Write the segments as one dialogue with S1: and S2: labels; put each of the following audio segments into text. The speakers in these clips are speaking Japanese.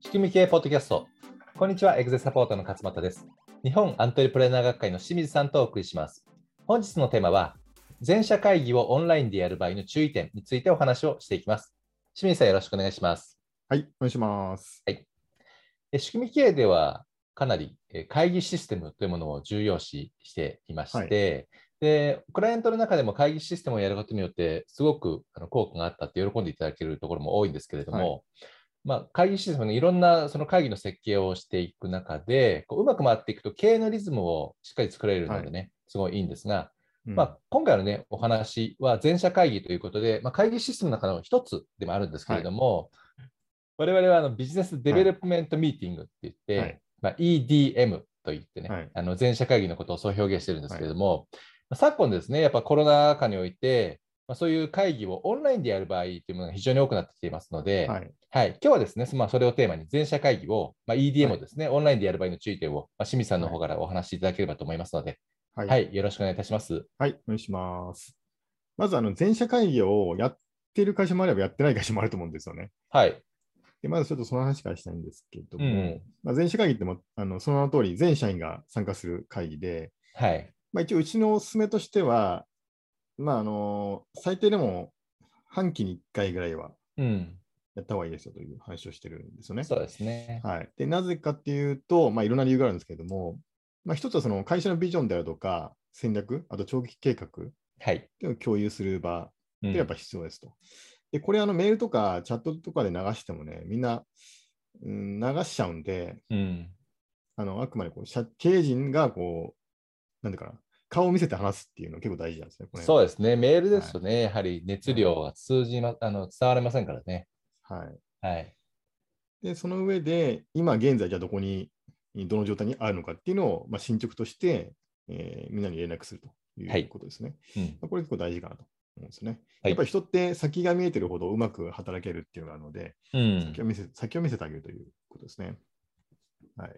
S1: 仕組み系ポッドキャスト。こんにちは、エグゼサポートの勝俣です。日本アントレプレナー学会の清水さんとお送りします。本日のテーマは、全社会議をオンラインでやる場合の注意点についてお話をしていきます。清水さん、よろしくお願いします。
S2: はい、お願いします。
S1: え仕組み系では、かなりえ会議システムというものを重要視していまして、でクライアントの中でも会議システムをやることによって、すごくあの効果があったって喜んでいただけるところも多いんですけれども、
S2: は
S1: まあ、会議システムのいろんなその会議の設計をしていく中で、こううまく回っていくと経営のリズムをしっかり作れるのでね、すごいいいんですが、
S2: うん
S1: まあ、今回の、ね、お話は全社会議ということで、まあ、会議システムの中の一つでもあるんですけれども、我々はあのビジネスデベロップメントミーティングって言って、
S2: はい
S1: まあ、EDM と言ってね、
S2: はい
S1: あの全社会議のことをそう表現してるんですけれども、まあ昨今ですね、やっぱコロナ禍において、まあ、そういう会議をオンラインでやる場合というものが非常に多くなってきていますので、
S2: はい、
S1: はい、今日はですね、そまあ、それをテーマに、全社会議を、まあ、EDM
S2: は
S1: を
S2: い
S1: ですね、オンラインでやる場合の注意点を、まあ、清水さんの方からお話しいただければと思いますので、
S2: はい
S1: はい、よろしくお願いいたします。
S2: はい、お願いします。まず、あの、全社会議をやってる会社もあれば、やってない会社もあると思うんですよね。
S1: はい、
S2: で、まずちょっとその話からしたいんですけども、
S1: うん
S2: まあ、全社会議っても、あの、その名の通り、全社員が参加する会議で、
S1: はい、
S2: まあ、一応、うちのおすすめとしては、まあ、あの、最低でも半期に1回ぐらいは
S1: うん、
S2: やった方がいいですよという話をしてるんですよね。
S1: そうですね。
S2: はい、でなぜかっていうと、まあ、いろんな理由があるんですけれども、まあ、一つはその会社のビジョンであるとか、戦略、あと長期計画ってい
S1: はい。
S2: うのを共有する
S1: う
S2: 場って
S1: ん
S2: やっぱ必要ですと。で、これあのメールとかチャットとかで流してもね、みんな、うん、流しちゃうんで、
S1: うん、
S2: あのあくまでこう社経営陣がこう、なんていうかな、顔を見せて話すっていうの結構大事なんですね。これ
S1: そうですね、メールですとね、やはり熱量が通じま、あの伝われませんからね。
S2: はい、
S1: はい、
S2: で、その上で、今現在、じゃあどこに、どの状態にあるのかっていうのを、まあ、進捗として、えーみんなに連絡すると
S1: はいいう
S2: ことですね。
S1: うん、
S2: まあこれ結構大事かなと思うんですよね。
S1: はい
S2: やっぱり人って先が見えてるほどうまく働けるっていうのがあるので、
S1: うん
S2: 先を見せ先を見せてあげるということですね。はい。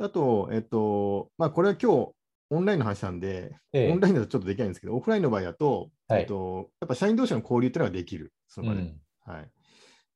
S2: あと、えっと、まあ、これは今日、オンラインの話なんで、
S1: ええ
S2: オンラインだとちょっとできないんですけど、オフラインの場合だと、
S1: はい
S2: えっと、やっぱ社員同士の交流っていうのができる、その場で。
S1: うん
S2: はい、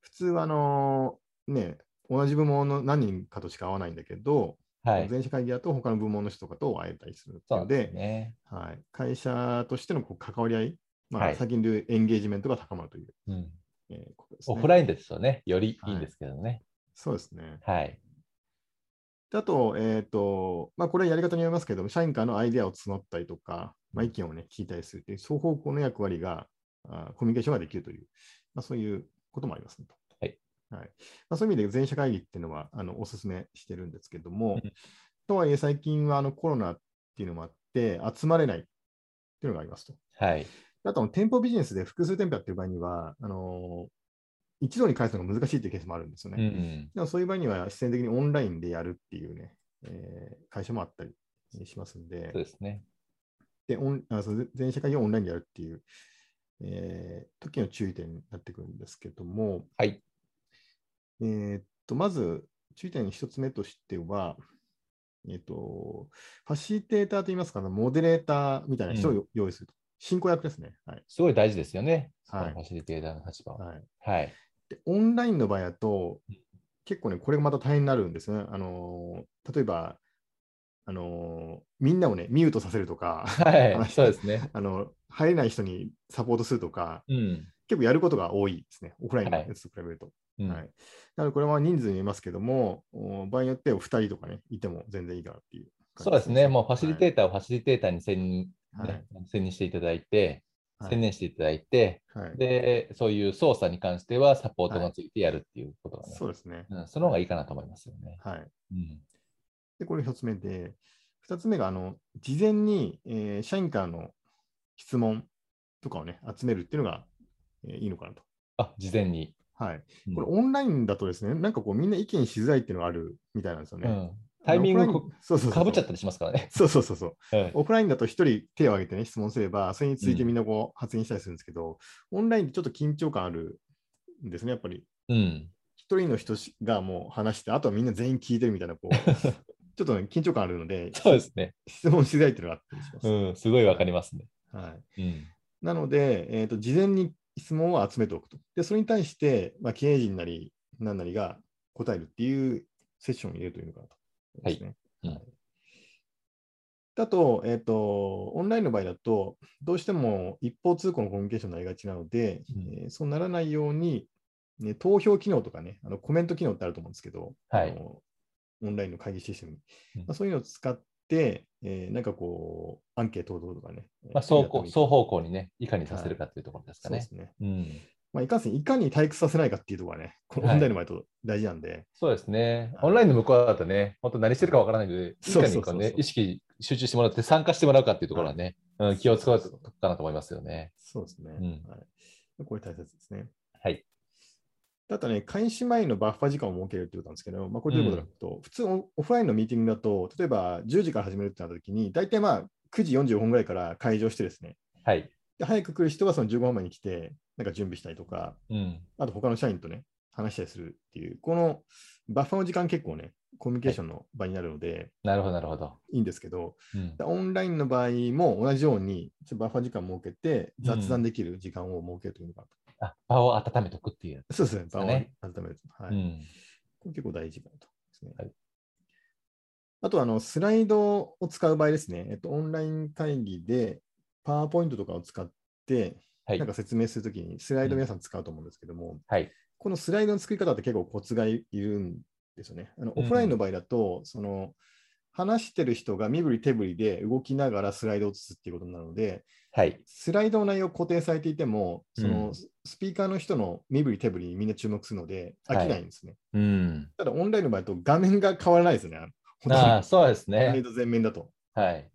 S2: 普通はあのね、同じ部門の何人かとしか会わないんだけど、
S1: はい、
S2: 全社会議だと他の部門の人とかと会えたりする
S1: そう
S2: の
S1: なん
S2: で
S1: ですね。
S2: はい、会社としてのこう関わり合い、まあ
S1: はい
S2: 最近でいうエンゲージメントが高まるという、
S1: うん、
S2: えーことですね。
S1: オフラインですとね、よりいいんですけどね。
S2: そうですね。
S1: はい、
S2: であと、えっ、と、まあ、これはやり方によりますけども、社員からのアイデアを募ったりとか、まあ、意見をね、聞いたりするっていう、双方向の役割が、あーコミュニケーションができるという、まあ、そういうこともありますねと。
S1: はい。
S2: はいまあ、そういう意味で、全社会議っていうのは、あの、お勧めしてるんですけども
S1: うん、
S2: とはいえ、最近は、あの、コロナっていうのもあって、集まれないっていうのがありますと。
S1: はい、
S2: あと、店舗ビジネスで複数店舗やってる場合には、あのー一度に返すのが難しいっていうケースもあるんですよね。
S1: うん、
S2: でもそういう場合には、必然的にオンラインでやるっていうね、えー会社もあったりしますんで
S1: そう、ですね。
S2: でオンあその全社会議をオンラインでやるっていう、えー時の注意点になってくるんですけども、
S1: はい、
S2: えーっとまず注意点の一つ目としては、えーっと、ファシリテーターといいますか、モデレーターみたいな人をよ用意すると。進行役ですね。はい。
S1: すごい大事ですよね、その
S2: はい
S1: ファシリテーターの立場は。
S2: はい
S1: はい、
S2: でオンラインの場合だと、結構ね、これがまた大変になるんですよね。あのー例えば、あのーみんなをね、ミュートさせると か、
S1: はい、
S2: 話
S1: そうですね。
S2: あの入れない人にサポートするとか、
S1: うん、
S2: 結構やることが多いですね、オフラインの
S1: はい
S2: やつと比べると。
S1: うん
S2: はいなので、これは人数によりますけども、お場合によっては2人とかね、いても全然いいかなっていう感じ、
S1: そうですね、もうファシリテ
S2: ー
S1: ーターをファシリテーターに専任,、
S2: はいはい
S1: 専任していただいて、
S2: はい
S1: 専念していただいて、
S2: はい
S1: で、そういう操作に関してはサポートがついてやるっていうことがね、
S2: そうですね。
S1: うん、その方がいいかなと思いますよね。
S2: はい。
S1: うん、
S2: で、これ1つ目で、2つ目が、あの、事前に、えー社員からの質問とかをね、集めるっていうのが、えーいいのかなと。
S1: あ、事前に。
S2: はい。
S1: うん
S2: これ、オンラインだとですね、なんかこう、みんな意見しづらいっていうのがあるみたいなんですよ
S1: う
S2: ね。
S1: ん、タイミン
S2: あの
S1: グ
S2: オ
S1: こ
S2: フラインそうそうそう
S1: かぶっちゃったりしますからね。
S2: そうそうそうそう。
S1: うん
S2: オフラインだと一人手を挙げてね、質問すれば、それについてみんなこう発言したりするんですけど、オンラインでちょっと緊張感あるんですね、やっぱり。
S1: うん、
S2: 一人の人しがもう話して、あとはみんな全員聞いてるみたい な、こう、ちょっとね、緊張感あるので、
S1: そうですね、
S2: 質問しづらいっていうのがあったりします。
S1: うん。すごいわかりますね。
S2: はい、
S1: うん、
S2: なので、えーと、事前に質問を集めておくと。で、それに対して、まあ、経営陣なり、なんなりが、答えるっていうセッションを入れるというのかなと思いますね。
S1: はいうん
S2: だと、えっ、と、オンラインの場合だと、どうしても一方通行のコミュニケーションになりがちなので、
S1: うん
S2: えーそうならないように、ね、投票機能とかね、あのコメント機能ってあると思うんですけど、
S1: はい
S2: あのオンラインの会議システムに、
S1: うん
S2: まあ、そういうのを使って、えーなんかこう、アンケートをどうとかね。
S1: まあ、
S2: えー
S1: 双方双方向にね、いかにさせるかというところですか
S2: そうで
S1: ね。
S2: すね。
S1: うん、
S2: まあ、いかんせん、いかに退屈させないかっていうところがね、このオンラインの場合だと大事なんで、
S1: そうですね。
S2: はい
S1: オンラインの向こうだとね、本当何してるかわからないので、い
S2: そう
S1: か
S2: そうそ
S1: に
S2: う
S1: こ
S2: そうう
S1: ね、意識集中してもらって参加してもらうかっていうところはね、うん、気を使うとこかなと思いますよね。
S2: そうですね、
S1: うん
S2: はい。これ大切ですね。
S1: はい。
S2: だとね、開始前のバッファ時間を設けるってことなんですけど、まあ、これどういうことかというと、普通オオフラインのミーティングだと、例えば10時から始めるってなった時に、大体まあ9時45分ぐらいから会場してですね、
S1: はい。
S2: で早く来る人はその15分前に来て、なんか準備したりとか、
S1: うん。
S2: あと他の社員とね、話したりするっていう、このバッファの時間結構ね、コミュニケーションの場になるので、い、
S1: なるほど、なるほど。
S2: いんですけど、
S1: うん
S2: だオンラインの場合も同じように、ちょっとバッファ時間設けて、
S1: うん
S2: 雑談できる時間を設けるというのが、
S1: あ場を温めとくっていう。
S2: そうですね、場を
S1: ね
S2: ね、温めると。はい
S1: うん。
S2: これ結構大事かなとですね。
S1: はい
S2: あとあの、スライドを使う場合ですね、えっと、オンライン会議で、パワーポイントとかを使って、
S1: はい
S2: なんか説明するときに、スライド皆さん使うと思うんですけども、
S1: はい。
S2: このスライドの作り方って結構コツがいいるんですよね。あの
S1: う
S2: オ
S1: ん
S2: フラインの場合だと、その話してる人が身振り手振りで動きながらスライドを映すっていうことなので、
S1: はい。
S2: スライドの内容固定されていても、その
S1: うん
S2: ススピーカーの人の身振り手振りにみんな注目するので、飽きないんですね。
S1: うん。
S2: ただオンラインの場合だと画面が変わらないですよね。あのほとんど
S1: ああ、そうです
S2: スライ
S1: ね。
S2: ド全面だと。
S1: はい。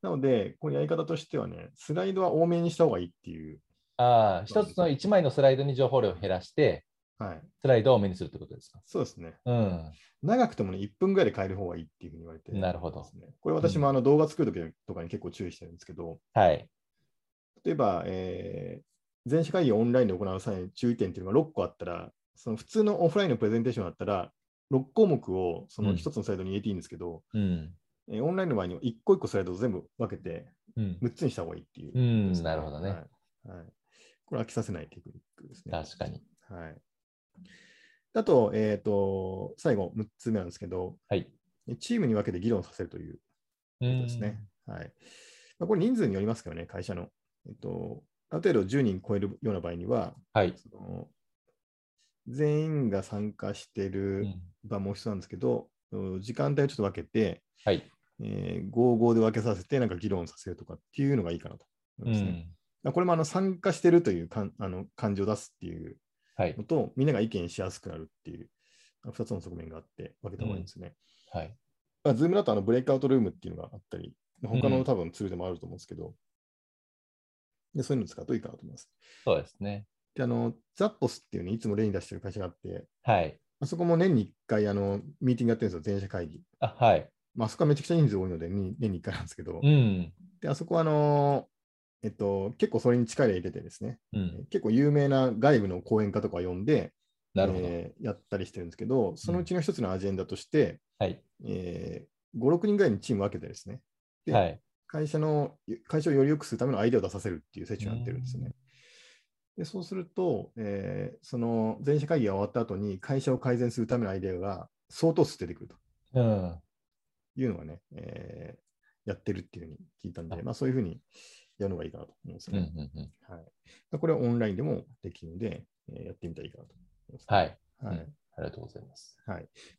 S2: なので、これやり方としてはね、スライドは多めにした方がいいっていう。
S1: ああ、一つの一枚のスライドに情報量を減らして、
S2: はい。
S1: スライドを目にするってことですか。
S2: そうですね。
S1: うん。
S2: 長くてもね、1分ぐらいで変える方がいいっていうふうに言われて、
S1: なるほど。
S2: ねこれ私もあの動画作るときとかに結構注意してるんですけど、
S1: はい。
S2: 例えば、えー、全社会議をオンラインで行う際に注意点っていうのが6個あったら、その普通のオフラインのプレゼンテーションだったら、6項目をその1つのスライドに入れていいんですけど、
S1: うん。
S2: えーオンラインの場合には1個1個スライドを全部分けて、
S1: うん。
S2: 6つにした方がいいっていう
S1: う
S2: こと
S1: ん
S2: ですね、
S1: なるほどね。
S2: はい。はいこれ飽きさせないテクニックですね。
S1: 確かに。
S2: はい。あと、えっ、と、最後、6つ目なんですけど、
S1: はい。
S2: チームに分けて議論させるということですね。はい。まあ、これ人数によりますけどね、会社の。えっと、ある程度10人超えるような場合には、
S1: うん。はい。
S2: その全員が参加して
S1: う
S2: る
S1: ん
S2: 場も必要なんですけど、うん時間帯をちょっと分けて、
S1: はい。
S2: えー、55で分けさせて、なんか議論させるとかっていうのがいいかなと思
S1: う
S2: いますね。
S1: ん。
S2: まあこれもあの参加してるというかんあの感じを出すっていう
S1: はい
S2: の。と、みんなが意見しやすくなるっていう、2つの側面があって分けた方がいいんですね。
S1: はい。
S2: まあ、ズームだとあのブレイクアウトルームっていうのがあったり、他
S1: う
S2: の
S1: ん
S2: 多分ツールでもあると思うんですけど、でそういうのを使うといいかなと思います。
S1: そうですね。
S2: で、あの、ザッポスっていうね、いつも例に出してる会社があって、
S1: はい。
S2: あそこも年に1回、あの、ミーティングやってるんですよ、全社会議。
S1: あ、はい。
S2: まあ、あそこはめちゃくちゃ人数多いので、に年に1回なんですけど、
S1: うん。
S2: で、あそこはあの、えっと、結構それに力入れてですね、
S1: うん。
S2: 結構有名な外部の講演家とかを呼んで、
S1: なるほど。
S2: えーやったりしてるんですけど、そのうちの一つのアジェンダとして、
S1: はい。
S2: えー5、6人ぐらいにチーム分けてですね、で
S1: はい。
S2: 会社の、会社をより良くするためのアイデアを出させるっていうセッションになってるんですよね。で、そうすると、えーその全社会議が終わった後に会社を改善するためのアイデアが相当数出てくると
S1: うん。
S2: いうのがね、えーやってるっていうふうに聞いたんで、まあそういうふうにやるのがいいかなと思うんです
S1: う
S2: よ
S1: ん。う
S2: ね。
S1: ん。うん。
S2: はい、これはオンラインでもできるので、えーやってみたらいいかなと思います、
S1: はい。
S2: はい。
S1: うんありがとうございます。
S2: ま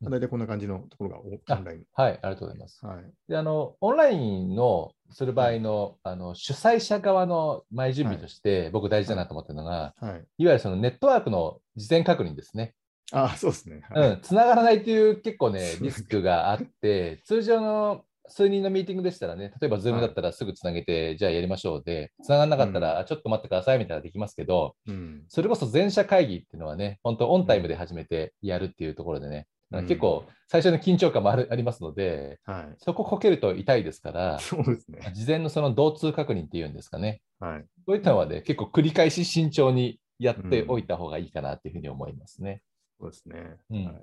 S2: あ大体こんな感じのところがおオンライン。
S1: はい。ありがとうございます。
S2: はい。
S1: であのオンラインのする場合の,、あの主催者側の前準備として、僕大事だなと思ってるのが、
S2: はい。
S1: い、わゆるそのネットワークの事前確認ですね。
S2: ああ、そうですね。
S1: う
S2: はい。
S1: ん、つながらないという結構ね、リスクがあって、通常の数人のミーティングでしたらね、例えば Zoom だったらすぐつなげて、じゃあやりましょうで、つながらなかったら、あちょっと待ってくださいみたいなのできますけど、
S2: うん。
S1: それこそ全社会議っていうのはね、本当オンタイムで始めてやるっていうところでね、
S2: うん
S1: 結構最初の緊張感もあるありますので、
S2: はい。
S1: そここけると痛いですから、
S2: そうですね。
S1: 事前のその同通確認っていうんですかね、
S2: はい。
S1: そういったのはね、結構繰り返し慎重にやっておいた方がいいかなっていうふうに思いますね。
S2: そうですね。
S1: うん
S2: はい。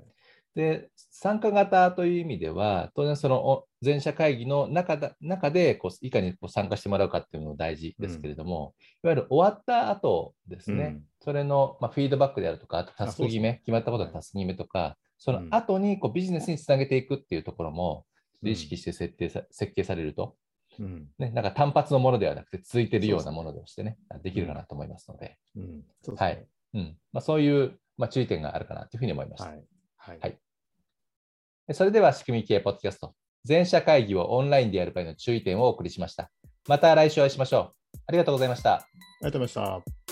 S1: で、参加型という意味では、当然そのお全社会議の中だ中でこう、いかにこう参加してもらうかっていうのも大事ですけれども、いわゆる終わった後ですね、
S2: うん
S1: それの、まあ、フィードバックであるとか、あとタスク決め、
S2: あそうそう
S1: 決まったことのタスク決めとか、その後にこうビジネスにつなげていくっていうところも、
S2: うん
S1: 意識して設定さ、設計されると、
S2: うん。
S1: ね、なんか単発のものではなくて、続いてるようなものでしてね、できるかなと思いますので、
S2: うん。そうですね
S1: はい。うんまあ、そういう、まあ、注意点があるかなというふうに思いました。
S2: はい。はい。
S1: はいでそれでは仕組み系ポッドキャスト、全社会議をオンラインでやる場合の注意点をお送りしました。また来週お会いしましょう。ありがとうございました。
S2: ありがとうございました。